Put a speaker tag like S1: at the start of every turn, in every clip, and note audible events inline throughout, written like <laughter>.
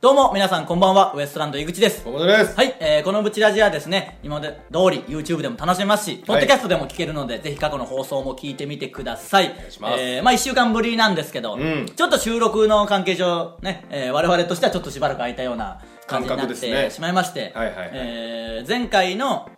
S1: どうも、皆さんこんばんは、ウエストランド井口です。
S2: 小本です。
S1: はい、えーこのブチラジはですね、今まで通り YouTube でも楽しめますし、ポッドキャストでも聞けるので、ぜひ過去の放送も聞いてみてください。お願
S2: いします
S1: えー、まあ1週間ぶりなんですけど、
S2: うん
S1: ちょっと収録の関係上、ね、えー我々としてはちょっとしばらく空いたような感じになっ
S2: 感覚
S1: て、
S2: ですね
S1: しまいまして、
S2: はいはいはい
S1: えー前回の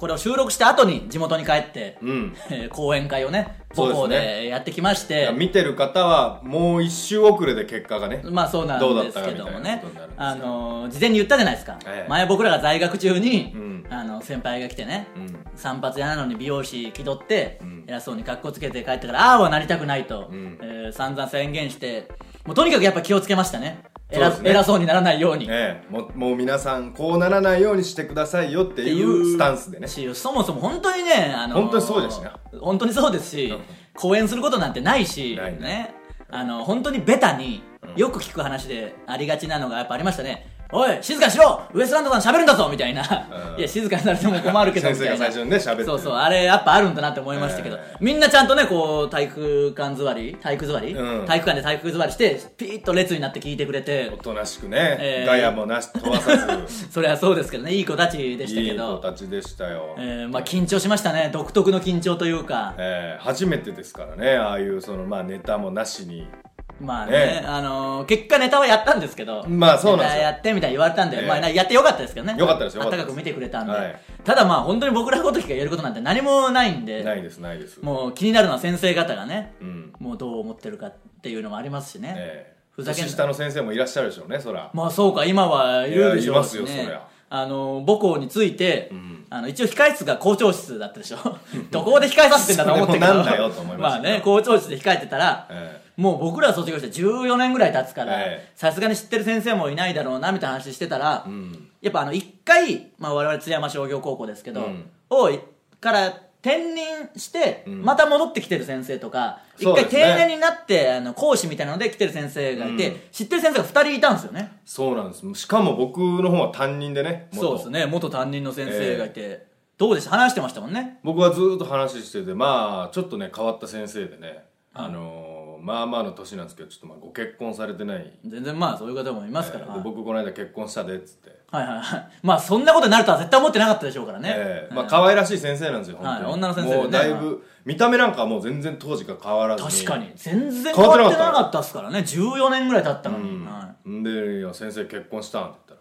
S1: これを収録した後に地元に帰って、
S2: うん。
S1: えー講演会をね、
S2: そう
S1: 母
S2: です
S1: 校
S2: ね
S1: でやってきまし
S2: い
S1: て、
S2: や見てる方は、もう一周遅れで結果がね。
S1: まあそうなん
S2: どうだ
S1: で
S2: っ
S1: す
S2: たか
S1: け
S2: みたい
S1: ども
S2: な
S1: ね
S2: ことになるんですけど
S1: あの事前に言ったじゃないですか、
S2: ええ
S1: 前僕らが在学中に、
S2: うん
S1: あの先輩が来てね、
S2: うん
S1: 散髪屋なのに美容師気取って、
S2: ん
S1: 偉そうに格好つけて帰ってからああはなりたくないと、
S2: ん
S1: えー散々宣言してもうとにかくやっぱ気をつけましたね偉
S2: そうですね
S1: 偉そうにならないように、
S2: ええ、もうもう皆さん、こうならないようにしてくださいよっていうスタンスでね。
S1: しそもそも本当にね、あの
S2: 本当にそうですしね
S1: 本当にそうですし、
S2: うん
S1: 講演することなんてないし
S2: ないね
S1: ねあの本当にベタに
S2: うん
S1: よく聞く話でありがちなのがやっぱありましたねおい静かにしろウエストランドさん喋るんだぞみたいな、
S2: うん
S1: いや静かにされても困るけどみ
S2: <laughs> 先
S1: た
S2: 生
S1: いな
S2: が最初にね、喋って。
S1: そうそうあれやっぱあるんだなって思いましたけど、
S2: え
S1: みんなちゃんとねこう体育館座り体育座り、
S2: うん
S1: 体育館で体育座りしてピーッと列になって聞いてくれて
S2: おとなしくね、
S1: ええ。
S2: ガヤもなし、問わさず
S1: それはそうですけどねいい子た <laughs> ちでした
S2: い
S1: け
S2: い
S1: ど
S2: 子たちでしたよ。
S1: えーまあ緊張しましたね独特の緊張というか、
S2: ええ初めてですからね、ああいうその、まあネタもなしに。
S1: まあね、
S2: ね
S1: あのー結果ネタはやったんですけど
S2: まあそうなんです
S1: ネ
S2: よ
S1: タやってみたいに言われたんで、
S2: ええ
S1: まあ、やってよかったですけどね
S2: よかったですよ
S1: あ
S2: か
S1: っ
S2: った
S1: か
S2: たです
S1: く見てくれたんで、
S2: はい
S1: ただまあ本当に僕らごときがやることなんて何もないんで
S2: ないです、ないです。
S1: もう気になるのは先生方がね、
S2: うん。
S1: もうどう思ってるかっていうのもありますしね、
S2: ええ
S1: ふざけんな
S2: 年下の先生もいらっしゃるでしょうね、そら。
S1: まあそうか今はいるでしょうし、ね、
S2: いやいますよそりゃ
S1: あの母校について、
S2: ん
S1: あの一応控え室が校長室だったでしょ <laughs> どこで控えさせてんだと思ってるけど
S2: <laughs> それもなんだよと思いました
S1: あ
S2: けど
S1: ね校長室で控えてたら、
S2: ええ
S1: もう僕ら卒業して14年ぐらい経つから
S2: ええ
S1: さすがに知ってる先生もいないだろうなみたいな話してたら、
S2: ん
S1: やっぱあの1回、まあ、我々津山商業高校ですけど、
S2: うん
S1: をから転任して、
S2: ん
S1: また戻ってきてる先生とか一
S2: そう
S1: 回
S2: です
S1: 定
S2: ね
S1: 年になってあの講師みたいなので来てる先生がいて、
S2: うん
S1: 知ってる先生が2人いたんですよね
S2: そうなんです。しかも僕の方は担任でね、元
S1: そうですね元担任の先生がいて、どうでした話してましたもんね
S2: 僕はずーっと話しててまあちょっとね変わった先生でね、あのーまあまあの年なんですけどちょっとまあご結婚されてない、
S1: 全然まあそういう方もいますから、
S2: で僕この間結婚したでっつって、
S1: はいはいはいまあそんなことになるとは絶対思ってなかったでしょうからね、
S2: ええまあ
S1: うん
S2: 可愛らしい先生なんですよ本当に、
S1: はい女の先生でね
S2: もうだいぶ見た目なんかはもう全然当時から変わらず
S1: 確か
S2: に
S1: に全然変
S2: 変わって
S1: わっ
S2: なかってた
S1: なかったですからね14年ぐらい経ったのに、は
S2: んでいや先生結婚したんって言っ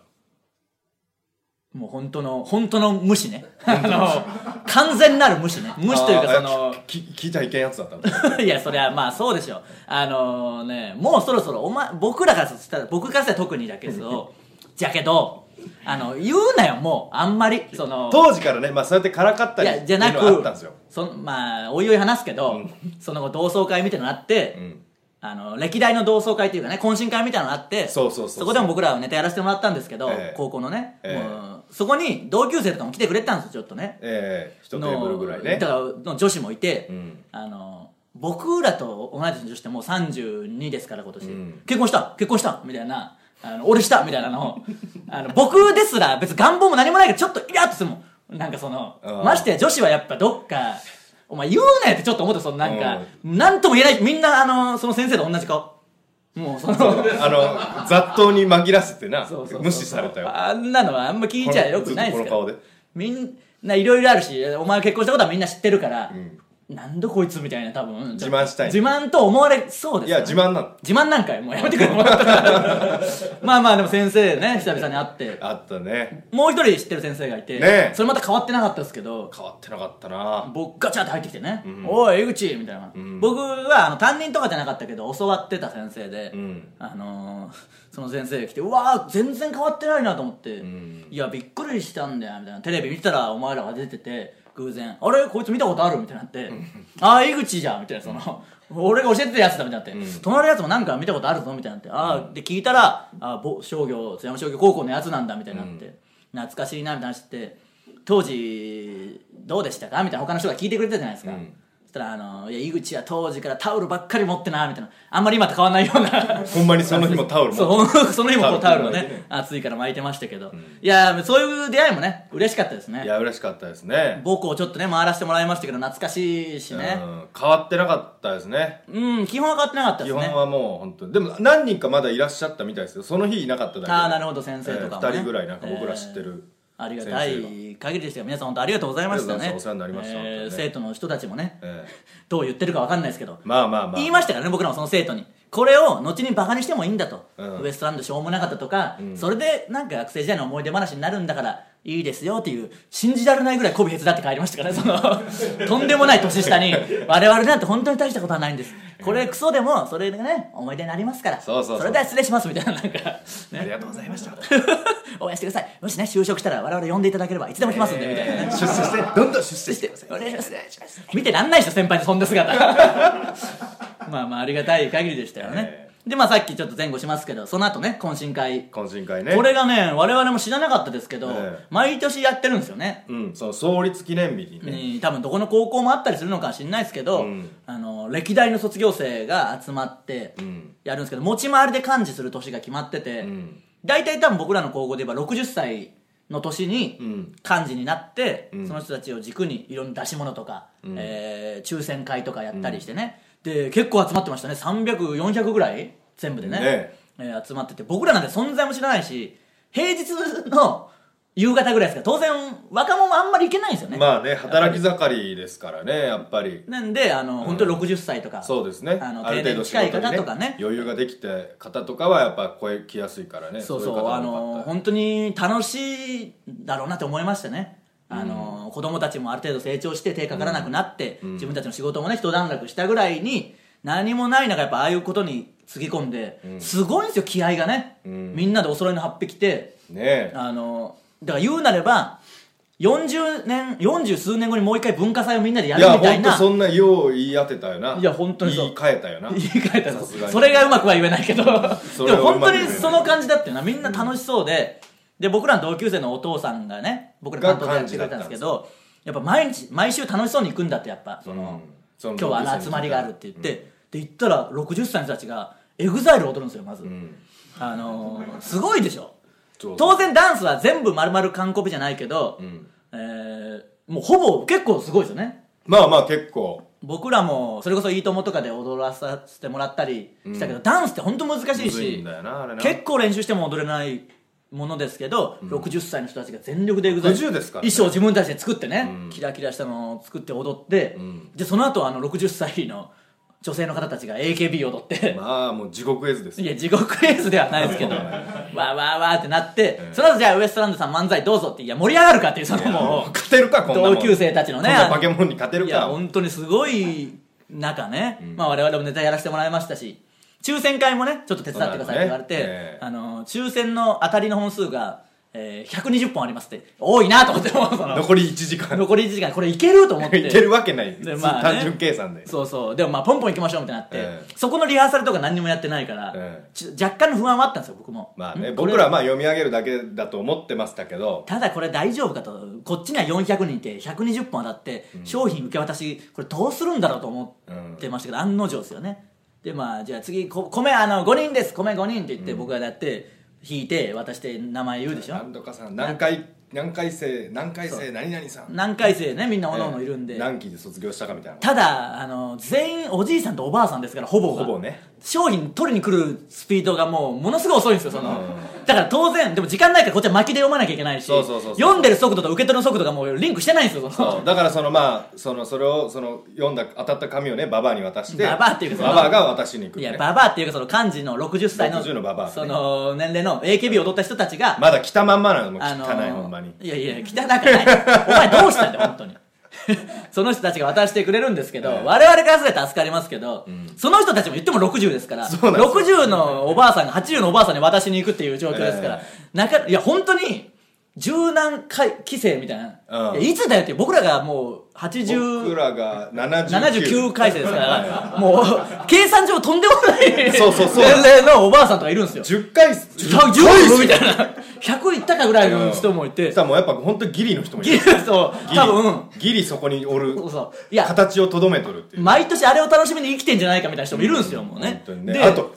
S1: い、もう本当の本当の無視ねあの <laughs> 完全なる無視ね無視というか
S2: あー
S1: その
S2: き聞いちゃいけんやつだったんだ
S1: <laughs> いやそりゃまあそうでしょあのねもうそろそろお前僕らからしたら僕からしたら特にだけ <laughs> どじゃけどあの言うなよもうあんまりその
S2: <laughs> 当時からねまあそうやってからかった
S1: い
S2: り
S1: やじゃな
S2: っていうのはあったんです
S1: く
S2: よ
S1: そんまあおいおい話すけど、その後同窓会みたいなのがあって、
S2: ん
S1: あの歴代の同窓会っていうかね懇親会みたいなのがあって
S2: そうそうそうそう
S1: こでも僕らはネタやらせてもらったんですけど、
S2: ええ
S1: 高校のね、
S2: ええ
S1: もうそこに同級生とかも来てくれてたんですよちょっとね
S2: ええ一テーブルぐらいね
S1: のだからの女子もいて、
S2: うん
S1: あの僕らと同い年の女子ってもう32ですから今年、
S2: ん
S1: 結婚した結婚したみたいなあの俺したみたいなのをあの僕ですら別に願望も何もないけどちょっとイラッとするもんなんかその
S2: うん
S1: ましてや女子はやっぱどっかお前言うなよってちょっと思ったそのなんか、なんとも言えないみんなあのその先生と同じ顔もうその
S2: あの雑踏に紛らせてな
S1: そうそうそう
S2: 無視されたよ
S1: あんなのはあんま聞いちゃよくないですけ
S2: この
S1: ど
S2: ずっとこの顔で
S1: みんないろいろあるしお前が結婚したことはみんな知ってるから、なんだこいつみたいな多分
S2: 自慢したい
S1: 自慢と思われそうです
S2: い
S1: よ
S2: や
S1: ね
S2: 自慢なの
S1: 自慢なんかよもうやめてくれ <laughs> まあまあでも先生ね久々に会って
S2: あったね
S1: もう一人知ってる先生がいて、
S2: ねえ
S1: それまた変わってなかったですけど
S2: 変わってなかったな
S1: 僕ガチャって入ってきてね「おい江口」みたいな、僕はあの担任とかじゃなかったけど教わってた先生で、
S2: ん
S1: あのーその先生が来て「うわー全然変わってないな」と思って「いやびっくりしたんだよ」みたいなテレビ見てたらお前らが出てて偶然「あれこいつ見たことある?」みたいになって「ああ江口じゃん」みたいなその。俺が教えてたやつだみたいになって、隣のやつもなんか見たことあるぞみたいになって、ああ、で聞いたら、あぼ商業、津山商業高校のやつなんだみたいになって、懐かしいなみたいな話して、当時どうでしたかみたいな他の人が聞いてくれてたじゃないですか、そしたしたらあの「いや井口は当時からタオルばっかり持ってな」みたいなあんまり今と変わんないような
S2: ほんまにその日もタオル持って
S1: そう <laughs> その日もこうタオルを
S2: タオル巻いて
S1: ね
S2: ね
S1: 暑いから巻いてましたけど、いやそういう出会いもね嬉しかったですね
S2: いや嬉しかったですね
S1: 母校ちょっとね回らせてもらいましたけど懐かしいし
S2: うん
S1: ね
S2: 変わってなかったですね
S1: うん、基本は変わってなかったで
S2: 基
S1: すね
S2: 本はもう本当にでも何人かまだいらっしゃったみたいですよその日いなかっただけで
S1: ああなるほど先生とかもね
S2: えー二人ぐらいなんか僕ら知ってる、
S1: ありがたい限りでしたよ皆さん本当ありがとうございました
S2: あり
S1: ね
S2: がとうございますお世話になりまし
S1: え
S2: た
S1: ー
S2: 本当にね
S1: 生徒の人たちもね、
S2: ええ
S1: どう言ってるか分かんないですけど、
S2: まあまあまあ
S1: 言いましたからね僕らもその生徒にこれを後にバカにしてもいいんだと、
S2: うん
S1: ウエストランドしょうもなかったとか、それでなんか学生時代の思い出話になるんだからいいですよっていう信じられないぐらい媚びへつだって帰りましたからねそ
S2: <laughs>
S1: のとんでもない年下に我々なんて本当に大したことはないんですこれクソでもそれがね思い出になりますから
S2: そうそうそう
S1: れでは失礼しますみたいななんか、ね <laughs>
S2: ありがとうございました
S1: 応援してくださいもしね就職したら我々呼んでいただければいつでも来ますんで、みたいなね
S2: えー出世してどんどん出世して
S1: <laughs> お願いします見てらんないでしょ先輩のそんな姿 <laughs> まあまあありがたい限りでしたよね
S2: え、
S1: でまあさっきちょっと前後しますけどその後ね懇親会
S2: 懇親会ね
S1: これがね我々も知らなかったですけど、
S2: ええ
S1: 毎年やってるんですよね、
S2: うんその創立記念日にね、
S1: に多分どこの高校もあったりするのかは知んないですけど、
S2: うん
S1: あの歴代の卒業生が集まって
S2: ん
S1: やるんですけど、持ち回りで幹事する年が決まってて、
S2: ん
S1: 大体多分僕らの高校で言えば60歳の年に
S2: ん
S1: 幹事になって、
S2: ん
S1: その人たちを軸にいろんな出し物とか、えー抽選会とかやったりしてね、で結構集まってましたね300400ぐらい全部でね
S2: ねえ
S1: えー集まってて僕らなんて存在も知らないし平日の夕方ぐらいですから当然若者もあんまり行けないんですよね
S2: まあね働き盛りですからねやっぱり
S1: なんであの、本当に60歳とか
S2: そうですね
S1: あの
S2: あ
S1: 定
S2: る程
S1: 年
S2: 度仕
S1: 近い
S2: 事
S1: 方
S2: に
S1: とかね
S2: 余裕ができた方とかはやっぱ声来やすいからね
S1: そうそう
S2: い方
S1: あ
S2: が多
S1: の
S2: かっ
S1: 本当に楽しいだろうなって思いましたねあの、子供たちもある程度成長して手かからなくなって、自分たちの仕事もね一段落したぐらいに何もない中やっぱああいうことにつぎ込んで、すごいんですよ気合がね、みんなでお揃いの8匹着て
S2: たね
S1: あのだから言うなれば40年40数年後にもう一回文化祭をみんなでや
S2: い
S1: る
S2: や
S1: みたい
S2: 本当
S1: な
S2: そんなよう言い当てたよないい
S1: や本当にそう
S2: 言い換えたよな
S1: <laughs> 言い換えたら
S2: さすがに
S1: それがうまくは言えない <laughs> けどで
S2: それ
S1: も
S2: はう
S1: 本
S2: ま
S1: 当
S2: く言えな
S1: に
S2: い
S1: その感じだったよなみんな楽しそうで、で僕らの同級生のお父さんがね僕ら担当でやってくれたんですけどやっぱ毎日毎週楽しそうに行くんだってやっぱその、
S2: その
S1: 今日はあの集まりがあるって言って、で行ったら60歳の人たちがエグザイルを踊るんですよまず、あのーすごいでしょ
S2: そう
S1: 当然ダンスは全部丸々完コピじゃないけど、えーもうほぼ結構すごいですよね
S2: まあまあ結構
S1: 僕らもそれこそ「いいとも」とかで踊らさせてもらったりしたけど、ダンスって本当難しい
S2: むずい
S1: し
S2: んだよなあれな
S1: 結構練習しても踊れないものですけど、60歳の人たちが全力でエグザイル
S2: 60ですから
S1: 衣
S2: ね
S1: 装を自分たちで作ってね、キラキラしたのを作って踊って、でその後あの60歳の女性の方たちが AKB 踊って、
S2: まあもう地獄絵図です
S1: いや地獄レースではないですけどわーわーわーってなって、その後じゃあウエストランドさん漫才どうぞっていや盛り上がるかっていうそのもう
S2: 勝てるかこんなもん
S1: 同級生たちのね
S2: こんな化け物に勝てる
S1: いや
S2: か
S1: 本当にすごい中ね、まあ我々もネタやらせてもらいましたし抽選会もねちょっと手伝ってくださいって言われて、
S2: そうだねええ
S1: あの抽選の当たりの本数が、えー120本ありますって多いなと思ってもうその
S2: 残り1時間
S1: 残り1時間これいけると思って
S2: いけるわけない
S1: でまあね
S2: 単純計算で
S1: そうそうでもまあポンポンいきましょうみたいになって、
S2: ええ
S1: そこのリハーサルとか何にもやってないから、
S2: ええ
S1: ちょ若干の不安はあったんですよ僕も
S2: まあね
S1: ん
S2: 僕らはまあ読み上げるだけだと思ってましたけど
S1: ただこれ大丈夫かとこっちには400人いて120本当たって商品受け渡しこれどうするんだろうと思ってましたけど、案の定ですよねでまあじゃあ次こ米あの5人です米5人って言って僕がやって引いて渡して名前言うでしょ
S2: 何とかさん何回何回生何回生何々さん
S1: 何回生ねみんなおのおのいるんで、
S2: ええ何期で卒業したかみたいな
S1: ただあの全員おじいさんとおばあさんですからほぼが
S2: ほぼね
S1: 商品取りに来るスピードがもうものすごい遅いんですよその、だから当然でも時間ないからこっちは巻きで読まなきゃいけないし
S2: そうそうそうそう
S1: 読んでる速度と受け取る速度がもうリンクしてないんですよその
S2: そうだからそのまあそのそれをその読んだ当たった紙をねババアに渡して
S1: ババアっていうかその
S2: ババアが渡しに行く
S1: い
S2: ね
S1: や、ババアっていうか、その漢字の60歳の、
S2: 60のババアね
S1: その年齢の AKB 踊った人たちが、
S2: まだ来たまんまなのもう汚い、
S1: あのー
S2: ほんまに
S1: いやいや、汚くない。お前どうしたんだよ、本当に。 <laughs> その人たちが渡してくれるんですけど、
S2: ええ
S1: 我々からすれば助かりますけど、その人たちも言っても60ですから、
S2: そうなんです
S1: 60のおばあさんが80のおばあさんに渡しに行くっていう状況ですから、
S2: え
S1: なかいや、本当に、柔軟回帰生みたいな、
S2: うん
S1: いやいつだよって僕らがもう
S2: 僕
S1: 80
S2: らが79
S1: 79回生ですからもう計算上とんでもない
S2: そうそうそう
S1: 年齢のおばあさんとかいるんですよ
S2: 10回10
S1: 10みたいな100いったかぐらいの人もいて
S2: さもうやっぱ本当にギリの人もい
S1: ギリ
S2: る
S1: そう多分
S2: ギリそこにおる
S1: そうそういや
S2: 形をとどめとるっていう
S1: 毎年あれを楽しみに生きてんじゃないかみたいな人もいるんですよ、もう
S2: 本
S1: ね
S2: 当にね
S1: で
S2: あと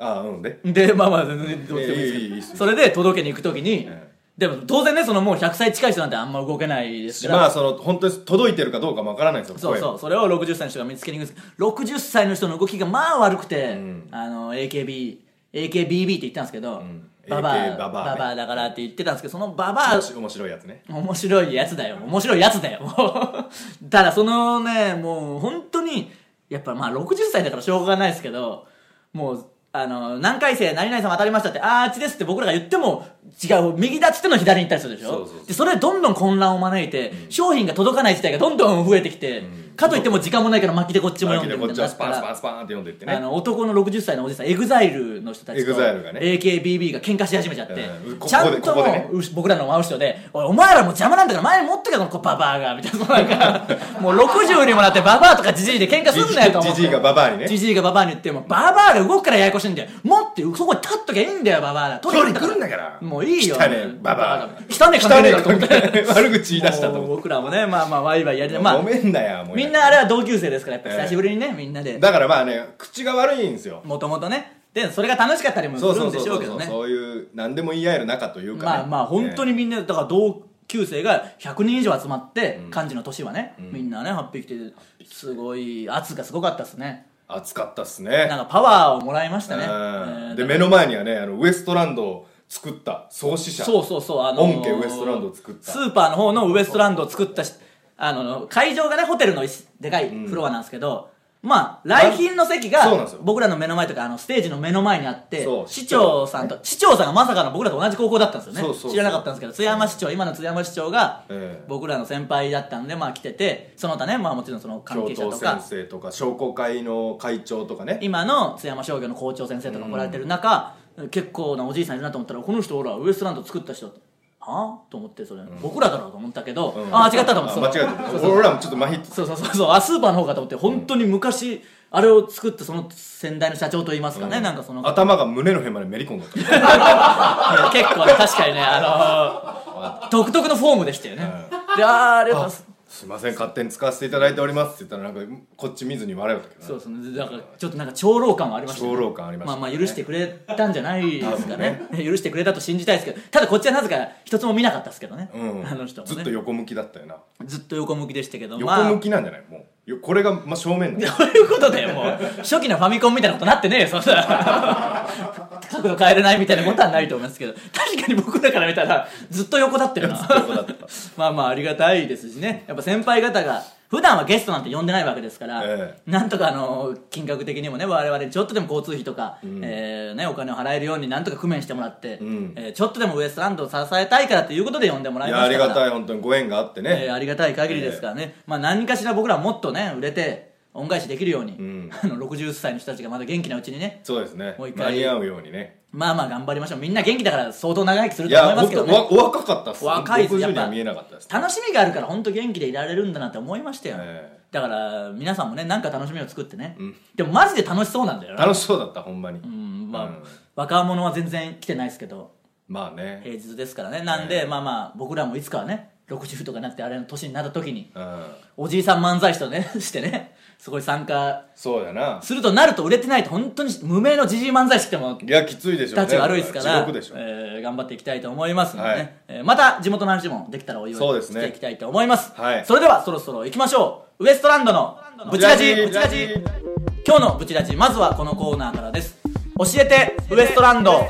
S2: ああうんで
S1: でまあまあ全然どうでもい
S2: いやいやい
S1: い
S2: やいい
S1: で
S2: っ
S1: す
S2: す
S1: け
S2: よ
S1: どそれで届けに行く時に、
S2: え
S1: でも当然ねそのもう100歳近い人なんてあんま動けないですから、
S2: まあその本当に届いてるかどうかもわからないんですよ
S1: そうそうそれを60歳の人が見つけに行くんです60歳の人の動きがまあ悪くて、あの AKB AKBB って言ったんですけど、ババア
S2: AK ババアね
S1: ババアだからって言ってたんですけどそのババア
S2: 声面白いやつね
S1: 面白いやつだよ面白いやつだよ <laughs> もうただそのねもう本当にやっぱまあ60歳だからしょうがないですけどもうあの何回生何々さん当たりましたってあーあっちですって僕らが言っても違う右だっつっての左に行ったりするでしょ
S2: そうそうそう
S1: でそれでどんどん混乱を招いて、商品が届かない事態がどんどん増えてきて、かといっても時間もないから巻きでこっちも
S2: マ
S1: 読
S2: キ
S1: んでみ
S2: でこった
S1: い
S2: ち
S1: にな
S2: は
S1: っ
S2: ス
S1: た
S2: パ
S1: ら
S2: ンスパンスパンって読んでいって
S1: あ
S2: ね
S1: の男の60歳のおじさん EXILE の人たちと
S2: EXILE がね
S1: AKBB が喧嘩し始めちゃって、
S2: うんこ
S1: ちゃんと
S2: ここでね
S1: もううし僕らの真後ろで「おいお前らもう邪魔なんだから前に持ってけこのババアが」みたいななんかもう60にもなってババアとかジジイで喧嘩すんなよと思って
S2: じじいがババアにね
S1: ジジイがババアに言ってもババアが動くからややこしいんだよ持ってそこに立っときゃいいんだよババアが取
S2: 取
S1: り
S2: り
S1: に
S2: に来るんだから
S1: もういいよ
S2: 汚ねえババア
S1: 汚ねえ関係ねえだろと思って
S2: 汚ねえ悪口言い出した
S1: も
S2: と
S1: う
S2: 思っ
S1: 僕らもねまあまあワイワイやり
S2: て
S1: なまあ
S2: ごめんなやもう
S1: みんなあれは同級生ですからやっぱ久しぶりにねみんなで
S2: だからまあね口が悪いんですよ
S1: もともとねでそれが楽しかったりもす
S2: そう
S1: る
S2: そ
S1: ん
S2: う
S1: で
S2: そう
S1: しょうけ
S2: そ
S1: ど
S2: う
S1: ね
S2: そういう何でも言い合える仲というかね
S1: まあまあ本当にみんなだから同級生が100人以上集まって漢字の年はね、みんなね8匹来てすごい圧がすごかったですね
S2: 暑かったっすね
S1: なんかパワーをもらいましたね、え
S2: うん
S1: ー
S2: で目の前にはねあのウエストランドを作った創始者
S1: そうそうそうあのー
S2: 本家ウエストランドを作った
S1: スーパーの方のウエストランドを作ったしあの会場がねホテルの一でかいフロアなんですけど、まあ来賓の席
S2: そうなん
S1: が
S2: ですよ
S1: 僕らの目の前とかあのステージの目の前にあって
S2: そう
S1: 市長さんと市長さんがまさかの僕らと同じ高校だったんですよね
S2: そうそうそう
S1: 知らなかったんですけど津山市長今の津山市長が
S2: ええ
S1: 僕らの先輩だったんでまあ来ててその他ねまあもちろんその関
S2: 教
S1: 係者
S2: 頭
S1: とか
S2: 先生とか商工会の会長とかね
S1: 今の津山商業の校長先生とか来られてる中、結構なおじいさんいるなと思ったらこの人ほらウエストランド作った人はあと思ってそれ、僕らだろうと思ったけど、
S2: うん
S1: ああ違ったと思って
S2: あ間違えた俺らもちょっとマヒッ
S1: そうそうそうそうあスーパーの方かと思って本当に昔、あれを作ったその先代の社長といいますかね、なんかその結
S2: 頭が胸の辺までめり込んだった
S1: 構ね確かにねあのー独特のフォームでしたよね、でああありがとうございます
S2: すいません勝手に使わせていただいておりますって言ったらなんかこっち見ずに笑うとか
S1: そうそうねだからちょっとなんか長老感はありました
S2: 長老感ありましたね
S1: まあまあ許してくれたんじゃないですかね許してくれたと信じたいですけどただこっちはなぜか一つも見なかったですけどね、
S2: うん
S1: あの人もね
S2: ずっと横向きだったよな
S1: ずっと横向きでしたけどまあ
S2: 横向きなんじゃないもうよこれがまあ正面だ
S1: どういうことだよもう初期のファミコンみたいなことなってねえよそん
S2: <laughs>
S1: な角度変えれないみたいなことはないと思いますけど確かに僕らから見たらずっと横だったよな
S2: 横だった
S1: <laughs> まあまあありがたいですしねやっぱ先輩方が普段はゲストなんて呼んでないわけですから、
S2: え
S1: なんとかあの金額的にもね我々にちょっとでも交通費とか、えーね、お金を払えるようになんとか工面してもらって、
S2: ん
S1: えーちょっとでもウエストランドを支えたいからということで呼んでもら
S2: い
S1: い
S2: や
S1: ま
S2: あ
S1: し
S2: り
S1: たから
S2: がたい本当にご縁があってね
S1: えーありがたい限りですからね、まあ、何かしら僕らはもっとね売れて恩返しできるように、
S2: ん
S1: あの60歳の人たちがまだ元気なうちにね
S2: そうですね
S1: もう一
S2: 間
S1: 回
S2: に合うようにね
S1: まあまあ頑張りましょうみんな元気だから相当長生きする
S2: い
S1: と思
S2: や
S1: いま
S2: も
S1: す
S2: っ
S1: けど
S2: と
S1: ね
S2: わ若かったっす
S1: 若いですや
S2: 60
S1: っ
S2: に
S1: ぱ
S2: は見えなかったです
S1: 楽しみがあるから本当元気でいられるんだなって思いましたよ、
S2: え
S1: だから皆さんもね何か楽しみを作ってね、でもマジで楽しそうなんだよな、
S2: 楽しそうだったほんまに
S1: うんまあ
S2: うん
S1: 若者は全然来てないですけど
S2: まあね
S1: 平日ですからねなんで、まあまあ僕らもいつかはね60とかになってあれの年になった時に
S2: うん
S1: おじいさん漫才師とね <laughs> してねすごい参加
S2: そうやな
S1: するとなると売れてないと本当に無名のじじい漫才師っても
S2: いやきついでしょうね
S1: たちが悪いですから、
S2: 地獄でしょ
S1: えー頑張っていきたいと思いますのでね、
S2: はい
S1: えーまた地元の話もできたらお祝
S2: そう
S1: い
S2: です
S1: し
S2: ね
S1: ていきたいと思います
S2: はい
S1: それではそろそろ行きましょうウエストランドのブチラジブチラジ今日のブチラジまずはこのコーナーからです教えてウエストランド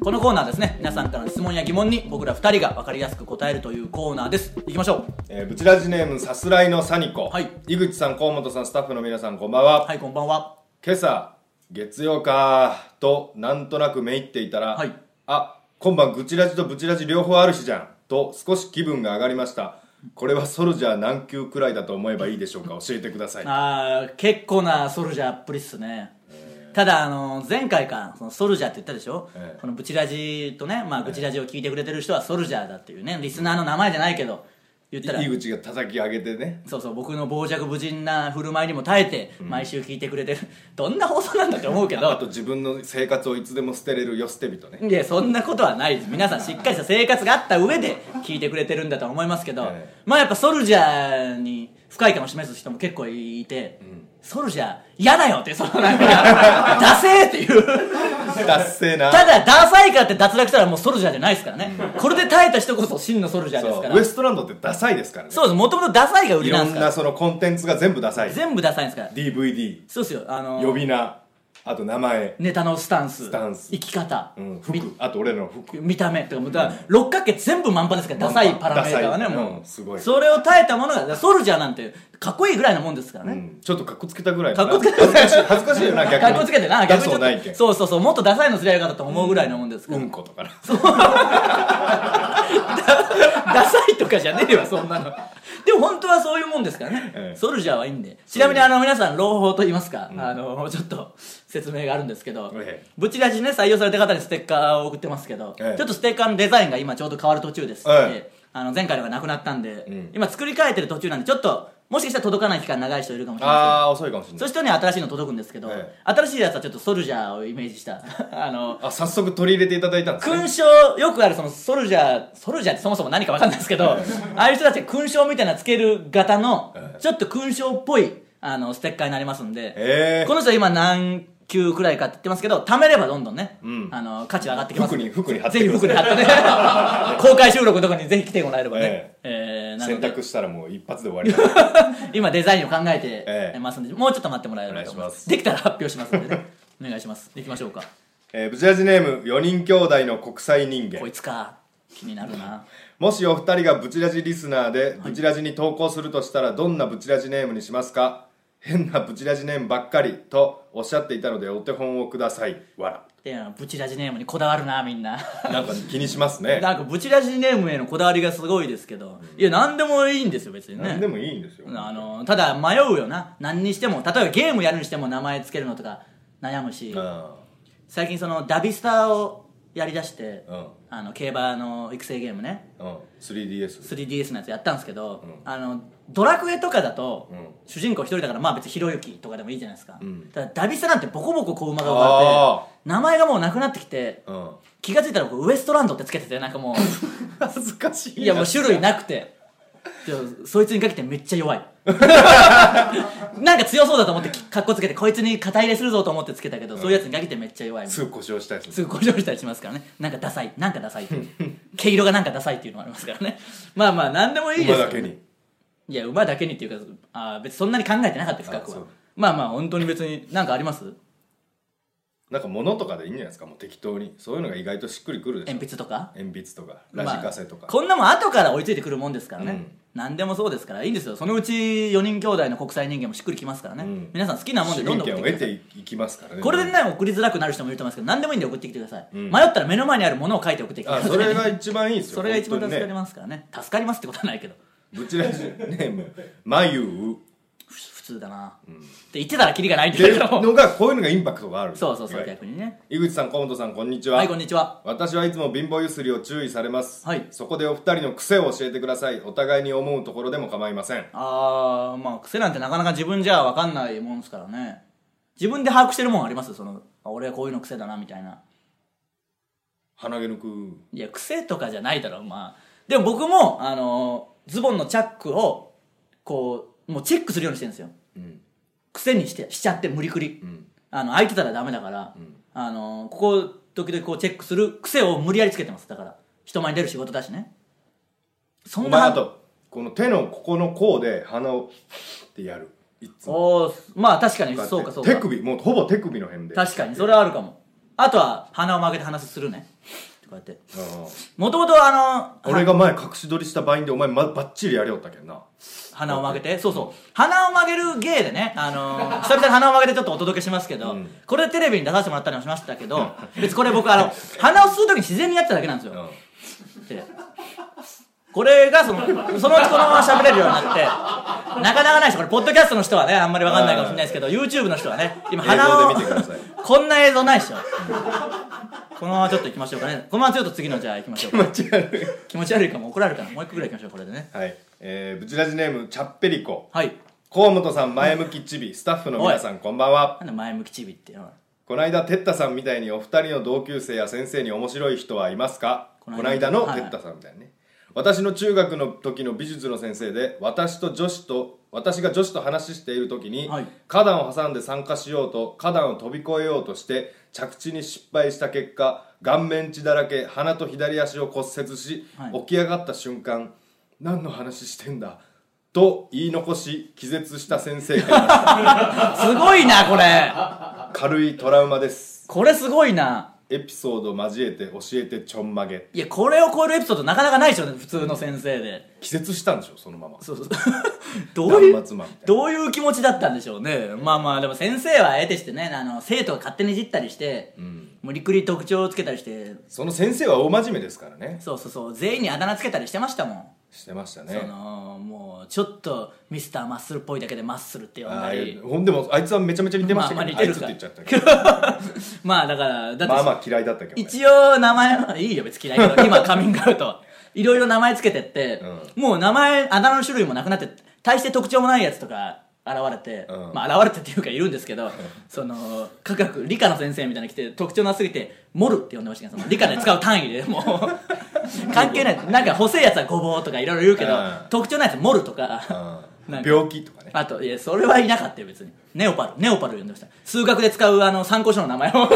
S1: このコーナーですね皆さんからの質問や疑問に僕ら2人が分かりやすく答えるというコーナーです行きましょう
S2: えーブチラジネームさすらいのサニコ、
S1: はい
S2: 井口さん河本さんスタッフの皆さんこんばんは、
S1: はいこんばんは
S2: 今朝月曜かとなんとなくめいっていたら、
S1: はい
S2: あ今晩グチラジとブチラジ両方あるしじゃんと少し気分が上がりましたこれはソルジャー何級
S1: <laughs>
S2: くらいだと思えばいいでしょうか教えてください
S1: あー結構なソルジャーっぷりっすね、ただ、あの前回か、そのソルジャーって言ったでしょ、
S2: ええ
S1: このブチラジとね、まあ、ブチラジを聞いてくれてる人はソルジャーだっていうね、リスナーの名前じゃないけど、言ったら、
S2: 井口が叩き上げてね
S1: そうそう、僕の傍若無人な振る舞いにも耐えて、毎週聞いてくれてる、どんな放送なんだって思うけ
S2: あ
S1: ど、
S2: と自分の生活をいつでも捨てれるよ捨て人ね
S1: いや、そんなことはないです。皆さんしっかりした生活があった上で聞いてくれてるんだと思いますけど、
S2: え
S1: まあやっぱソルジャーに不快感を示す人も結構いて、ソルジャー嫌だよって、そのなん
S2: <laughs>
S1: か、ダセーっていう。
S2: 達成な
S1: ただ、ダサいからって脱落したらもうソルジャーじゃないですからね。これで耐えた人こそ真のソルジャーです
S2: そ
S1: か
S2: うウエ
S1: ら。
S2: ストランドってダサいですからね
S1: そうです。もともとダサいが売
S2: い
S1: りな
S2: ろ
S1: んです
S2: ん
S1: から
S2: な。そのコンテンツが全部ダサい
S1: 全部ダサいんですから。
S2: DVD
S1: そうですよ。あのー
S2: 呼び名あと名前、
S1: ネタのスタンス
S2: スタンス
S1: 生き方、
S2: うん、
S1: み
S2: 服あと俺らの服
S1: 見た目とかもうだから六角形全部満帆ですからダサいパラメーターはね
S2: ダサい
S1: も
S2: うん
S1: う
S2: すごい
S1: それを耐えたものがだからソルジャーなんてかっこいいぐらいなもんですから
S2: う
S1: ね、
S2: ん、ちょっとかっこつけたぐらい
S1: かっこつけ
S2: た恥ずかしい恥ずかしいよな逆に
S1: かっこつけてな
S2: 出
S1: 逆に
S2: そ
S1: ちょ
S2: う
S1: っ
S2: ない
S1: と
S2: けん
S1: そうそうそうもっとダサいのすりゃよかったと思うぐらいなもんですか
S2: う
S1: ら、
S2: んことかな
S1: <laughs> ダサいとかじゃねえわそんなのでも本当はそういうもんですからね、
S2: ええ
S1: ソルジャーはいいんでちなみにあの皆さん朗報と言いますか、あのちょっと説明があるんですけど、
S2: ええ
S1: ブチラジね採用された方にステッカーを送ってますけど、
S2: ええ
S1: ちょっとステッカーのデザインが今ちょうど変わる途中ですので、
S2: え
S1: あの前回のがなくなったんで、
S2: ん
S1: 今作り変えてる途中なんでちょっともしかしたら届かない期間長い人いるかもしれないですけど
S2: ああ遅いかもしれな
S1: そ
S2: いう
S1: いう人には新しいの届くんですけど、
S2: ええ
S1: 新しいやつはちょっとソルジャーをイメージした <laughs> あの
S2: あ早速取り入れていただいたんですね
S1: 勲章よくあるそのソルジャーソルジャーってそもそも何か分かんないですけどああいう人たちが勲章みたいなのつける型のちょっと勲章っぽいあのステッカーになりますんで、
S2: え
S1: この人は今何級くらいかって言ってますけど貯めればどんどんね、
S2: ん
S1: あの価値は上がってき
S2: ー、
S1: ます
S2: 服に服に貼って
S1: ぜひ服に貼って
S2: <laughs>
S1: ね公開収録のとこにぜひ <laughs> 来てもらえればね、えーな
S2: 選
S1: ので
S2: 択したらもう一発で終わりだ
S1: 今デザインを考え
S2: え
S1: て
S2: え
S1: ますんで、もうちょっと待ってもらえればと思います
S2: お
S1: できたら発表しますんでねお願いします行きましょうか
S2: えー、ブチラジネーム4人兄弟の国際人
S1: こ
S2: 間
S1: いつか気になるな
S2: もしお二人がブチラジリスナーでブチラジに投稿するとしたらどんなブチラジネームにしますか変なブチラジネームばっかりとおっしゃっていたのでお手本をくださいわ
S1: でブチラジネームにこだわるなみんな <laughs>
S2: らなんか気にしますね
S1: なんかブチラジネームへのこだわりがすごいですけど、いや何でもいいんですよ別にね
S2: 何でもいいんですよ
S1: あのただ迷うよな何にしても例えばゲームやるにしても名前つけるのとか悩むし、
S2: う
S1: 最近そのダビスタをやりだして、
S2: うん
S1: あの競馬の育成ゲームね
S2: んうん 3DS
S1: 3DS のやつやったんですけど、あのドラクエとかだと、
S2: ん
S1: 主人公一人だからまあ別にひろゆきとかでもいいじゃないですか、
S2: ん
S1: ただダビスタなんてボコボコ子馬が生まれて名前がもうなくなってきて
S2: うん
S1: 気が付いたら僕ウエストランドってつけててなんかも
S2: <laughs>
S1: う
S2: 恥ずかしい
S1: いやもう種類なくてでもそいつにかけてめっちゃ
S2: <laughs>
S1: 弱いなんか強そうだと思ってかっこつけてこいつに肩入れするぞと思ってつけたけど、そういうやつにかけてめっちゃ弱い
S2: すぐ故障したやつ
S1: すぐ故障したりしますからねなんかダサいなんかダサいっていう毛色がなんかダサいっていうのもありますからね <laughs> まあまあ何でもいいです
S2: 馬
S1: よ
S2: だけに
S1: いや馬だけにっていうかあー別にそんなに考えてなかった深
S2: あ
S1: く
S2: そ
S1: は
S2: う
S1: まあまあ本当に別に何かあります
S2: なんか物とかでいいんじゃないですかもう適当にそういうのが意外としっくりくるでしょ
S1: 鉛筆とか
S2: 鉛筆とかラジカセと
S1: ま
S2: か
S1: あ、こんなもん後から追いついてくるもんですからね、
S2: うん
S1: 何でもそうですからいいんですよそのうち4人兄弟の国際人間もしっくりきますからね、
S2: ん
S1: 皆さん好きなもんで
S2: 市
S1: どん
S2: 民
S1: どん
S2: 権を
S1: 送って
S2: 得
S1: きてください
S2: ていきますからね
S1: これでね送りづらくなる人もいると思いますけど何でもいいんで送ってきてください、
S2: ん
S1: 迷ったら目の前にあるものを書いて送ってきてくだ
S2: あ
S1: さい
S2: それが一番いいですよ
S1: それが一番助かり
S2: す
S1: ますからね助かりますってことはないけど
S2: ブチラジネーム
S1: <laughs>
S2: まゆ
S1: ふ普通だな、って言ってたらキリがないん
S2: う
S1: だ
S2: ってい
S1: け
S2: う
S1: ど
S2: のがこういうのがインパクトがあ
S1: <laughs>
S2: る
S1: そうそうそう
S2: 意外
S1: 逆
S2: と
S1: にね
S2: 井口さん河本さんこんにちは、
S1: はいこんにちは
S2: 私はいつも貧乏ゆすりを注意されます、
S1: はい
S2: そこでお二人の癖を教えてくださいお互いに思うところでも構いません
S1: あーまあ癖なんてなかなか自分じゃ分かんないもんですからね自分で把握してるもんありますそのあ俺はこういうの癖だなみたいな
S2: 鼻毛抜く
S1: いや癖とかじゃないだろまあでも僕もあのーズボンのチャックをこうもうチェックするようにしてるんですよ、
S2: ん
S1: 癖にしてしちゃって無理くり、あの開いてたらダメだから、あのーここ時々こうチェックする癖を無理やりつけてますだから人前に出る仕事だしねそ
S2: お
S1: ん
S2: 前
S1: な
S2: あとこの手のここの甲で鼻をってやるいつも
S1: おーまあ確かにそうかそうか
S2: 手首もうほぼ手首の辺で
S1: 確かにそれはあるかもあとは鼻を曲げて話するねこうやって
S2: うん
S1: もともとあの
S2: 俺が前隠し撮りしたバインでお前、ま、ばっちりやりよったけんな
S1: 鼻を曲げてそうそう鼻を曲げる芸でね、あのー、久々に鼻を曲げてちょっとお届けしますけど、
S2: うん
S1: これでテレビに出させてもらったりもしましたけど別にこれ僕あの鼻を吸う時に自然にやってただけなんです
S2: うん
S1: よ、でここれがその、そのうちこのまま喋れるようになって、なかなかない人、これ、ポッドキャストの人はね、あんまりわかんないかもしれないですけど、YouTube の人はね、今、鼻を
S2: 映像で見てください、
S1: こんな映像ないでしょ。このままちょっと行きましょうかね。このままちょっと次の、じゃあ行きましょう
S2: 気
S1: か。
S2: 持 <laughs> ち悪い
S1: 気持ち悪いかも怒られるから、もう一個ぐらい行きましょう、これでね。
S2: はい、えー、ブチラジネームチャッペリコ
S1: はい。
S2: 河本さん前向きチビスタッフの皆さんこんばんは
S1: なんで前向きチビっていうの
S2: この間テッタさんみたいにお二人の同級生や先生に面白い人はいますか
S1: こ
S2: こ
S1: の
S2: の
S1: 間
S2: 間のテッタさんみたいにね、私の中学の時の美術の先生で私と女子と私が女子と話している時に、
S1: はい
S2: 花壇を挟んで参加しようと花壇を飛び越えようとして着地に失敗した結果顔面血だらけ鼻と左足を骨折し、
S1: はい
S2: 起き上がった瞬間「何の話してんだ」と言い残し気絶した先生がいました
S1: すごいな、これ。
S2: <laughs> 軽いトラウマです
S1: これすごいな。
S2: エピソード交えて教えてちょんまげ
S1: いや、これを超えるエピソードなかなかないでしょ、普通の先生で。
S2: 気絶したんでしょそのまま
S1: そうそう <laughs> どういう
S2: 断末魔みたいな
S1: どういう気持ちだったんでしょうねまあまあでも先生はええでしてねあの生徒が勝手にいじったりして、無理くり特徴をつけたりして
S2: その先生は大真面目ですからね
S1: そうそうそう全員にあだ名つけたりしてましたもん、
S2: してました
S1: そ
S2: ね
S1: のもうちょっとミスターマッスルっぽいだけでマッスルって呼ん
S2: あ
S1: だ
S2: あ
S1: り
S2: ほんでもあいつはめちゃめちゃ似てました
S1: まあ
S2: け
S1: ま
S2: ど、
S1: あ
S2: あ、いつって
S1: 似
S2: 言ってちゃ
S1: る
S2: っ
S1: か
S2: たけど
S1: まあだからだって
S2: まあまあ嫌いだったけど、ね、
S1: 一応名前はいいよ別に嫌
S2: <laughs>
S1: いだけど今カミングアウトいろいろ名前つけてって、もう名前あだ名の種類もなくなって大して特徴もないやつとか現れて、
S2: うん
S1: まあ現れてっていうかいるんですけ
S2: <laughs>
S1: どその科学理科の先生みたいに来て特徴なすぎて「モル」って呼んでましたけどその理科で使う単位で
S2: <laughs>
S1: もう関係ないなんか細いやつはごぼうとかいろいろ言うけど、
S2: うん
S1: 特徴ないやつ「モル」とか
S2: う
S1: なん
S2: ん
S1: か
S2: 病気
S1: <laughs>
S2: とかね
S1: あといやそれはいなかったよ別にネオパルネオパル呼んでました数学で使うあの参考書の名前を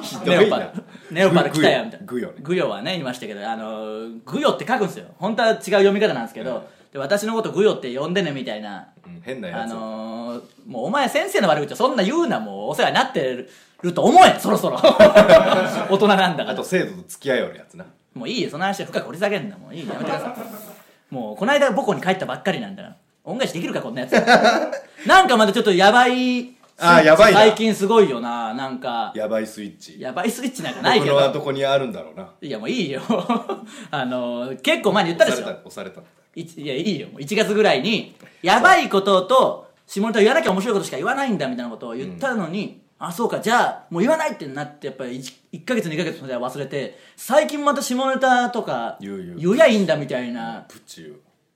S2: ひど
S1: ネオ
S2: い
S1: パ
S2: な
S1: ルネオパル来たよみたいな
S2: グヨね
S1: グヨはね言いましたけどあのグヨって書くんですよ本当は違う読み方なんですけど、で私のことグヨって呼んでねみたいな、
S2: うん変なや
S1: あ
S2: つ、
S1: のーもうお前先生の悪口はそんな言うなもうお世話になってると思えそろ
S2: <laughs>
S1: そろ大人なんだか
S2: あ
S1: ら
S2: と生徒と付き合いよるやつな
S1: もういいよその話は深く掘り下げんなもういいよやめてくださ
S2: <laughs>
S1: いもうこの間母校に帰ったばっかりなんだから恩返しできるかこんなやつ <laughs> なんかまだちょっとやばい
S2: あーやばいな
S1: 最近すごいよななんか
S2: やばいスイッチ
S1: やばいスイッチなんかない
S2: 僕
S1: け
S2: の
S1: ど
S2: はどこにあるんだろうない
S1: やもういいよ <laughs> あの結構前に言ったで
S2: 押
S1: し
S2: され
S1: ょ
S2: た押された
S1: いちいやいいよもう1月ぐらいにやばいことと下ネタ言わなきゃ面白いことしか言わないんだみたいなことを言ったのに、あそうかじゃあもう言わないってなってやっぱり 1, ヶ月2ヶ月それは忘れて最近また下ネタとか
S2: 言う言う
S1: やいいんだみたいな
S2: プチュー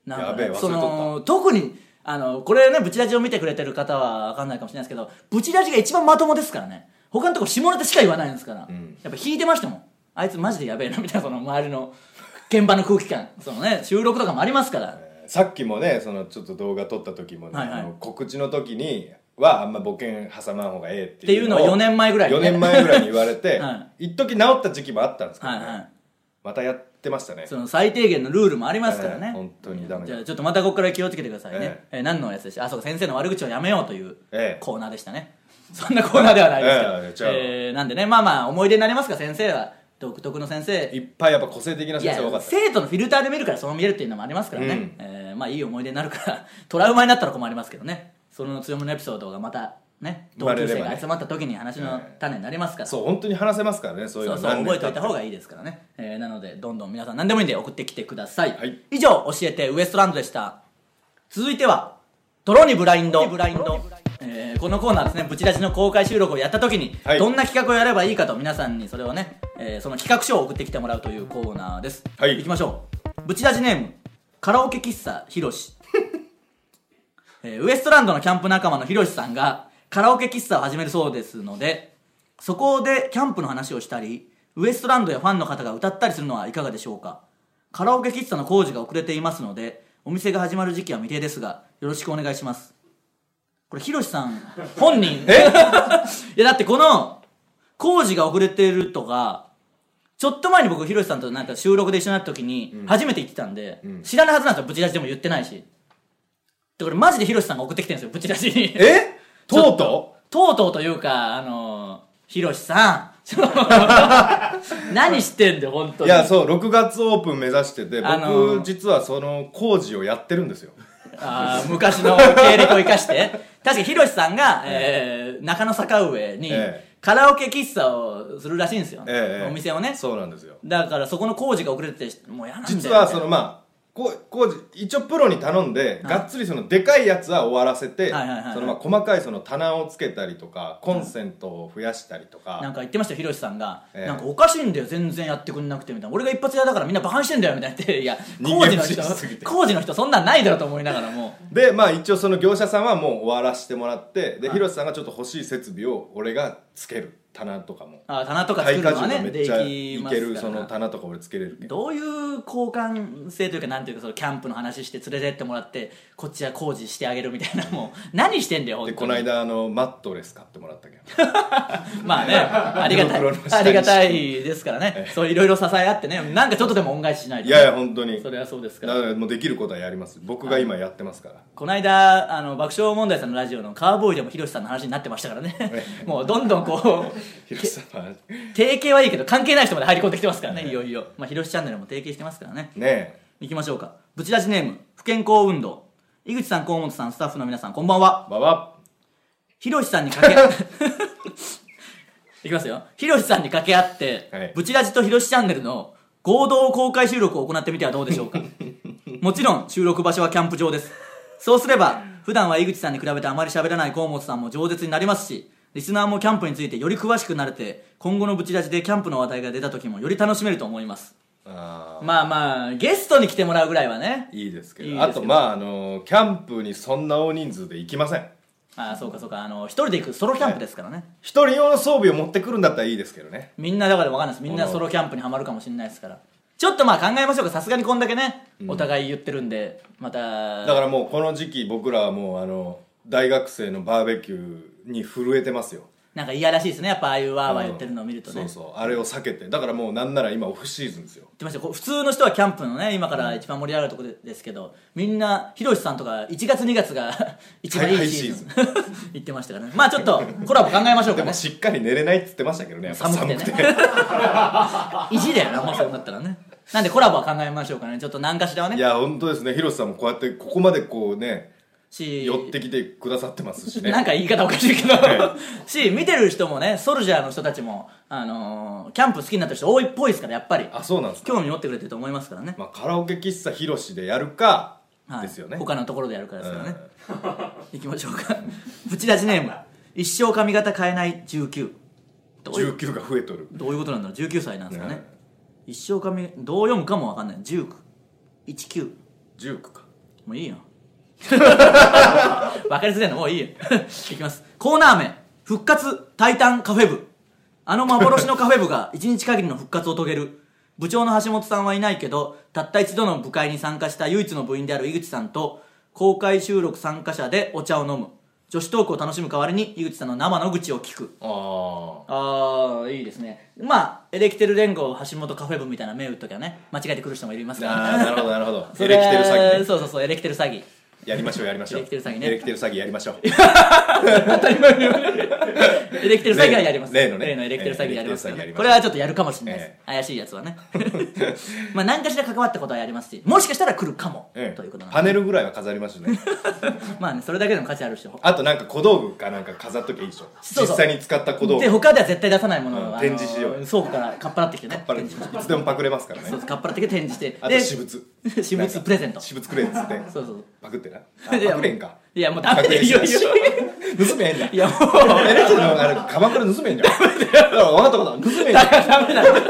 S1: なんか
S2: やべえ忘れ
S1: そ
S2: とっ
S1: の特にあのこれねブチラジを見てくれてる方は分かんないかもしれないですけどブチラジが一番まともですからね他のとこ下ネタしか言わないんですから、やっぱ引いてましたもんあいつマジでやべえなみたいなその周りの現場の空気感そのね収録とかもありますから
S2: たさっきもねそのちょっと動画撮った時もね、
S1: はいはい
S2: あの告知の時にはあんまボケん挟まん方がええっていう
S1: っていうのを4年前ぐらいに
S2: 4
S1: ね
S2: 年前ぐらいに言われ
S1: <laughs>
S2: て、
S1: は
S2: 一時治った時期もあったんですけど
S1: は
S2: ね、
S1: いはい
S2: またやってましたね
S1: その最低限のルールもありますからね、
S2: ええ本当にダメ
S1: じ
S2: だ
S1: ゃあちょっとまたここから気をつけてくださいね、え
S2: え
S1: ー何のやつでしたあそうか先生の悪口をやめようという
S2: ええ
S1: コーナーでしたね、そんなコーナーではないですけど、
S2: ええ違
S1: えーなんでねまあまあ思い出になりますか先生は独特の先生
S2: いっぱいやっぱ個性的ない先
S1: や
S2: 生多かった
S1: 生徒のフィルターで見るからそう見えるっていうのもありますからね、
S2: うん
S1: えーまあいい思い出になるから <laughs> トラウマになったら困りますけどねその強めのエピソードがまたね
S2: 生
S1: 同
S2: まれ
S1: 級
S2: ればね
S1: 生が集まった時に話の種になりますから、
S2: そう本当に話せますからねそういう
S1: そ
S2: の
S1: うそう覚えておいた方
S2: い
S1: がいいですからね、えーなのでどんどん皆さん何でもいいんで送ってきてください、
S2: はい
S1: 以上教えてウエストランドでした続いては泥にブラインドえーこのコーナーですねブチラジの公開収録をやった時に、
S2: はい
S1: どんな企画をやればいいかと皆さんにそれをね、えーその企画書を送ってきてもらうというコーナーです、
S2: はい
S1: きましょうブチラジネームカラオケ喫茶ひろ
S2: <laughs>
S1: しえーウエストランドのキャンプ仲間のひろしさんがカラオケ喫茶を始めるそうですのでそこでキャンプの話をしたりウエストランドやファンの方が歌ったりするのはいかがでしょうかカラオケ喫茶の工事が遅れていますのでお店が始まる時期は未定ですがよろしくお願いしますこれひろしさん本人いやだってこの工事が遅れてるとかちょっと前に僕ひろしさんとなんか収録で一緒になった時に初めて行ってたんで、知らないはずなんですよぶち出しでも言ってないしでこれマジでヒロシさんが送ってきてるんですよぶち出しに
S2: えとうと
S1: とうとうというかあのー、ヒロシさん
S2: <laughs>
S1: ちょ何してんだよ本当
S2: うい
S1: に
S2: やそう6月オープン目指してて僕、
S1: あのー
S2: 実はその工事をやってるんですよ
S1: あー昔の経歴を生かして確かヒロシさんが、えー中野坂上に
S2: ええ
S1: カラオケ喫茶をするらしいんですよ、
S2: ええ
S1: お店をね
S2: そうなんですよ
S1: だからそこの工事が遅れててもう嫌なんだよ
S2: 実はそのまあこう工事一応プロに頼んで、がっつりそのでかいやつは終わらせて、
S1: はいはいはいはい
S2: そのまあ細かいその棚をつけたりとかコンセントを増やしたりとか、
S1: なんか言ってましたよ、ひろしさんが、
S2: ええ
S1: なんかおかしいんだよ、全然やってくんなくてみたいな、俺が一発屋だからみんなバカにしてんだよみたいな言って、いや、
S2: <laughs> 人
S1: 工
S2: 間
S1: 事の
S2: 不信
S1: 人
S2: すぎ、て
S1: 工事の人、そんなんないだろうと思いながらも、
S2: でまあ一応その業者さんはもう終わらせてもらってで、広瀬さんがちょっと欲しい設備を俺がつける棚とかも
S1: あ棚とか作
S2: 耐
S1: る
S2: 荷
S1: のは
S2: 重 <laughs> が
S1: ね、
S2: め
S1: で
S2: っちゃ
S1: き
S2: い
S1: ま
S2: け
S1: す
S2: る
S1: か
S2: その
S1: ら。
S2: 棚とか俺つけれるけど
S1: どういう交換性というか、なんていうか、そのキャンプの話して連れてってもらって、こっちは工事してあげるみたいな、も
S2: <laughs>
S1: う、何してんだよ、本
S2: でこ
S1: 当
S2: の
S1: に。
S2: 間あのマットレス買ってもらったけど
S1: ま
S2: <laughs>
S1: あね、ありがたい
S2: 黒の下にし、て
S1: ありがたいですからね、そういろいろ支え合ってね、なんかちょっとでも恩返ししないと、
S2: いやいや本当
S1: <laughs>
S2: に
S1: それはそうですから
S2: だ。からもうできることはやります僕が今やってますから、
S1: この間あの爆笑問題さんのラジオのカーボーイでもひろしさんの話になってましたからねもうどんどんこう
S2: 広瀬さんはね
S1: 提携はいいけど関係ない人まで入り込んできてますからねいよいよ、まあ、ひろしチャンネルも提携してますからね
S2: え
S1: いきましょうかブチラジネーム不健康運動井口さん河本さんスタッフの皆さんこんばんは
S2: ばば
S1: ひろしさんに掛け <laughs> いきますよひろしさんに掛け合って、
S2: はい
S1: ブチラジとひろしチャンネルの合同公開収録を行ってみてはどうでしょう <laughs> かもちろん収録場所はキャンプ場ですそうすれば普段は井口さんに比べてあまり喋らない河本さんも饒舌になりますしリスナーもキャンプについてより詳しくなれて今後のブチラジでキャンプの話題が出た時もより楽しめると思います
S2: あ
S1: まあまあゲストに来てもらうぐらいはね
S2: ーいいですけど
S1: いいです
S2: あ
S1: けど
S2: とまああのキャンプにそんな大人数で行きません
S1: ああそうかそうかあの一人で行くソロキャンプですからね、
S2: 一人用の装備を持ってくるんだったらいいですけどね
S1: みんなだから分かんないですみんなソロキャンプにはまるかもしれないですからちょっとまあ考えましょうかさすがにこんだけね、お互い言ってるんでまた
S2: だからもうこの時期僕らはもうあの大学生のバーベキューに震えてますよ
S1: なんかいやらしいですねやっぱああいうわーわー言ってるのを見るとね、
S2: そうそうあれを避けてだからもうなんなら今オフシーズンですよ
S1: 言ってましたこう普通の人はキャンプのね今から一番盛り上がるところですけどみんなひろしさんとか1月2月が <laughs> 一番いいシーズン <laughs> 言ってましたからねまあちょっとコラボ考えましょうか
S2: で
S1: ね
S2: もしっかり寝れないっつってましたけどねやっぱ
S1: 寒
S2: 寒
S1: く
S2: く
S1: て
S2: て
S1: ね意地だよなもうそうなったらねなんでコラボは考えましょうかねちょっと何かしらはいね
S2: や本当ですね広瀬さんもこうやってここまでこうね
S1: し
S2: 寄ってきてくださってますしね
S1: <laughs> なんか言い方おかしいけど
S2: は、
S1: <laughs> し、見てる人もね、ソルジャーの人たちも、あのーキャンプ好きになってる人多いっぽいですから、やっぱり。
S2: あそうなんですか、
S1: 興味持ってくれてると思いますからね。
S2: まあ、カラオケ喫茶広瀬でやるか、
S1: はい
S2: ですよね
S1: 他のところでやるからですからね。 <laughs> 行きましょうか。ブチラジネーム。一生髪型変えない19。どういう、
S2: 19が増えとる
S1: どういうことなんだろう ?19 歳なんですかね。
S2: ね
S1: 一生髪、どう読むかもわかんない。19。19。
S2: 19か
S1: もういいよ。 <laughs> わかりづらいのもういいよ。 <laughs> いきます。コーナー名、復活タイタンカフェ部。あの幻のカフェ部が一日限りの復活を遂げる。部長の橋本さんはいないけど、たった一度の部会に参加した唯一の部員である井口さんと、公開収録参加者でお茶を飲む。女子トークを楽しむ代わりに井口さんの生の愚痴を聞く。
S2: ああ
S1: ああいいですねまあエレキテル連合橋本カフェ部みたいな目打っときゃね間違えてくる人もい
S2: <laughs>
S1: ますから
S2: あーなるほどなるほど
S1: それ
S2: エレキテル詐欺ね
S1: そうそうそうエレキテル詐欺
S2: やりましょうやりましょ
S1: エ
S2: う
S1: レキテル詐欺ね
S2: エレキテル詐欺やり
S1: <laughs>
S2: ましょう
S1: エレキテル詐欺はやります
S2: 例のね
S1: エレキテル詐欺やりますから
S2: ええエレキテル詐欺やります
S1: これはちょっとやるかもしれないです、
S2: え
S1: 怪しいやつはね <laughs> まあ何かしら関わったことはやりますしもしかしたら来るかも、
S2: ええ
S1: ということなんで
S2: パネルぐらいは飾りましょうね
S1: まあねそれだけでも価値あるし
S2: あとなんか小道具かなんか飾っときゃいいでしょ
S1: そうそう
S2: 実際に使った小道具
S1: で他では絶対出さないものを、
S2: うん
S1: あの
S2: 展示しよう
S1: 倉庫からかっぱらってきてね
S2: パネルいつでもパクれますからね
S1: そうそうかっぱらってきて展示して
S2: あ
S1: で
S2: と私物
S1: <laughs> 私物プレゼント
S2: 私物くれっつって
S1: そうそう
S2: パクってなあ
S1: いや
S2: パクれんか
S1: いやもうダメだよいよいよ
S2: 盗めへんねん
S1: いやもう
S2: <laughs> エレキテルのあれカバンから盗めへんじ
S1: <laughs>
S2: ゃん分かった分かった盗めへんじゃん
S1: ダメなんだよ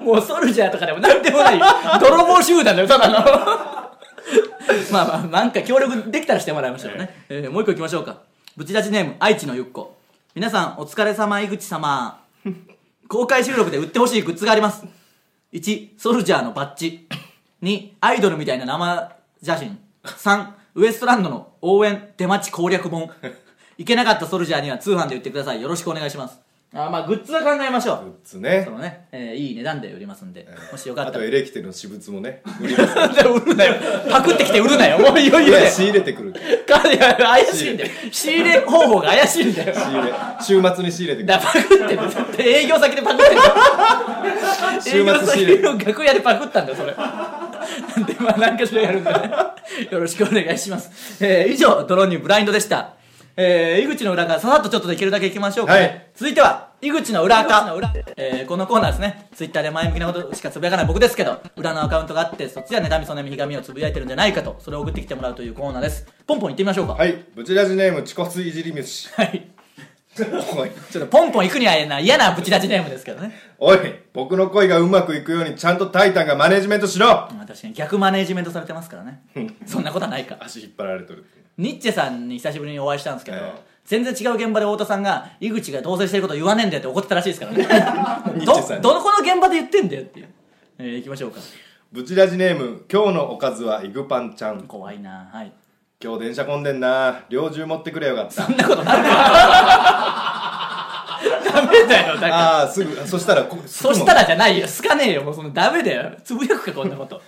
S1: もうソルジャーとかでもなんでもない泥棒集団だよただのまあまあなんか協力できたらしてもらいましょうね、えーもう一個いきましょうかブチラジネーム愛知のゆっこ皆さんお疲れ様井口様公開収録で売ってほしいグッズがあります1ソルジャーのバッジ2アイドルみたいな生写真3ウエストランドの応援出待ち攻略本いけなかったソルジャーには通販で売ってくださいよろしくお願いしますあーまあグッズは考えましょう
S2: グッズね
S1: そのね、えーいい値段で売りますんで、もしよか
S2: あ
S1: った
S2: と
S1: ら。
S2: エレキテルの私物もね売ります
S1: <laughs> なんで売るなよ。パクってきて売るなよ。もういよい
S2: い
S1: よだ
S2: や
S1: よ。
S2: 仕入れてくるから
S1: 彼は怪しいんだよ。仕入れ方法が怪しいんだよ。
S2: 仕入れ週末に仕入れてくる
S1: だからパクってる絶対営業先でパクってる営 <laughs>
S2: 週
S1: 業
S2: 末仕入
S1: 先
S2: れ
S1: の楽屋でパクったんだよそれ <laughs> なんでまあ何かしらやるんだね <laughs> よろしくお願いします、えー以上ドローンにブラインドでした、えー井口の裏からささっとちょっとできるだけいきましょうか、ね
S2: はい
S1: 続いては井口の裏垢えーこのコーナーですねツイッターで前向きなことしかつぶやかない僕ですけど裏のアカウントがあってそっちでは妬みそねみひがみをつぶやいてるんじゃないかとそれを送ってきてもらうというコーナーですポンポン行ってみましょうか
S2: はいブチラジネーム恥骨いじり虫
S1: はい
S2: おい
S1: <laughs> ちょっとポンポン行くには嫌な嫌なブチラジネームですけどね
S2: おい僕の恋がうまくいくようにちゃんとタイタンがマネジメントしろ
S1: まあ確かに逆マネージメントされてますからねそんなことはないか
S2: 足引っ張られとる
S1: ニッチェさんに久しぶりにお会いしたんですけど、
S2: ええ
S1: 全然違う現場で太田さんが井口が同棲してること言わねえんだよって怒ってたらしいですからね
S2: <laughs> ニッチェさん
S1: ど
S2: に
S1: どこの現場で言ってんだよっていう、えー、行きましょうか
S2: ブチラジネーム今日のおかずはイグパンちゃん
S1: 怖いなはい
S2: 今日電車混んでんな猟銃持ってくれよかった
S1: そんなこと
S2: <laughs>
S1: なるかダメだよだから
S2: ああすぐそしたらこ
S1: そしたらじゃないよ好かねえよもうそのダメだよつぶやくかこんなこと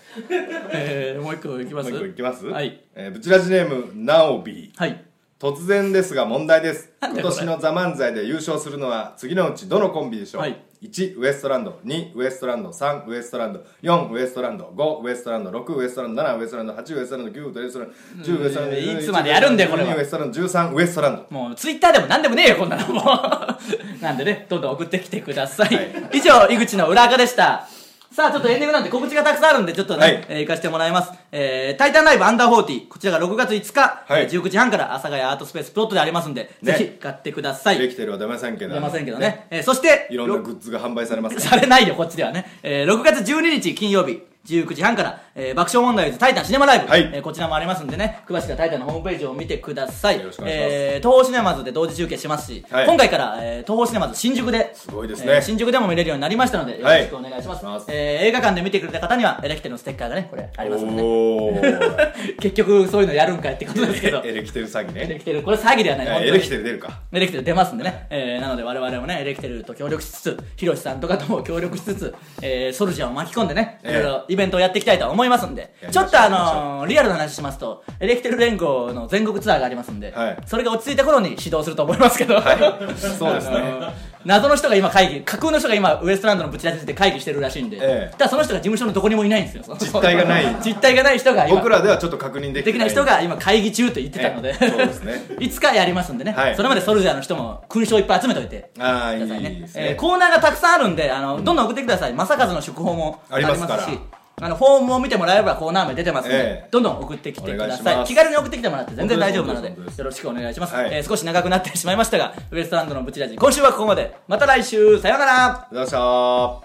S1: えー、もう一個いきます
S2: もう一個いきます
S1: はい、
S2: えーブチラジネームナオビー
S1: はい
S2: 突然ですが問題です
S1: なん
S2: 今
S1: だよこれ
S2: 年の「ザ漫才で優勝するのは次のうちどのコンビでしょう、
S1: はい
S2: 1ウエストランド2ウエストランド3ウエストランド4ウエストランド5ウエストランド6ウエストランド7ウエストランド8ウエストランド9ウエストランド10ウエストランド
S1: い
S2: 11
S1: つまでやるんだよこれは
S2: 12ウエストランド13ウエストランド
S1: もうツイッターでも何でもねえよこんな
S2: <laughs>
S1: のもうなんでねどんどん送ってきてください、
S2: はい
S1: 以上井口の裏垢でしたさあちょっとエンディングなんで告知がたくさんあるんでちょっとね、
S2: はい
S1: えー行かせてもらいます「えータイタンライブアンダーフォーティこちらが6月5日、
S2: はい
S1: えー19時半から阿佐ヶ谷アートスペースプロットでありますんで、
S2: ね
S1: ぜひ買ってください
S2: で
S1: 出
S2: きてるは出ませんけど
S1: ませんけどねえーそして
S2: いろんなグッズが販売されま
S1: <laughs>
S2: す
S1: されないよこっちではね、えー6月12日金曜日19時半から、えー爆笑問題ズタイタンシネマライブ、
S2: はい
S1: えーこちらもありますんでね詳しくはタイタンのホームページを見てください
S2: よろしくお願いします
S1: えー東宝シネマズで同時中継しますし、
S2: はい
S1: 今回から、えー東宝シネマズ新宿です
S2: ごいですね
S1: えー新宿でも見れるようになりましたのでよ
S2: はい
S1: ろしくお願いします,、
S2: お願いします
S1: えー映画館で見てくれた方にはエレキテルのステッカーがねこれありますので、ね、
S2: おー
S1: 結局そういうのやるんかいってことですけ
S2: <laughs>
S1: ど
S2: エ
S1: エ
S2: レキテル詐欺ね
S1: レキテルこれ詐欺ではない
S2: あ
S1: 本当に
S2: エレキテル出るか
S1: エレキテル出ますんでね、えーなので我々もねエレキテルと協力しつつヒロシさんとかとも協力しつつ、えーソルジャーを巻き込んでねい
S2: ええ
S1: ろいろイベントをやっていきたいと思いますんで、
S2: やりまし
S1: ち
S2: ょ
S1: ょ
S2: う
S1: っとあのーリアルな話しますとエレキテル連合の全国ツアーがありますんで、
S2: はい
S1: それが落ち着いた頃に始動すると思いますけど、 <laughs>
S2: はいそうですね
S1: あのー謎の人が今会議架空の人が今ウエストランドのブチラジで会議してるらしいんで、
S2: ええ
S1: ただその人が事務所のどこにもいないんですよ
S2: 実体がない
S1: <laughs> 実体がない人が今
S2: 僕らではちょっと確認でき
S1: で
S2: て
S1: きない人が今会議中と言ってたので、
S2: ええそうですね
S1: <laughs> いつかやりますんでね、
S2: はい
S1: それまでソルジャーの人も勲章いっぱい集めといてくだ
S2: ああいい
S1: さいね
S2: です
S1: えー
S2: ね
S1: コーナーがたくさんあるんであの、どんどん送ってください正和の祝報もあ
S2: あ
S1: り
S2: り
S1: ま
S2: ますすから
S1: しあのフォームを見てもらえればコーナー名出てますんで、
S2: ええ
S1: どんどん送ってきてくだ
S2: お願いし
S1: さい
S2: ます
S1: 気軽に送ってきてもらって全然大丈夫なので
S2: 本当です
S1: よろしくお願いします、
S2: はい
S1: えー少し長くなってしまいましたがウエストランドのブチラジ今週はここまでまた来週さようなら
S2: どうした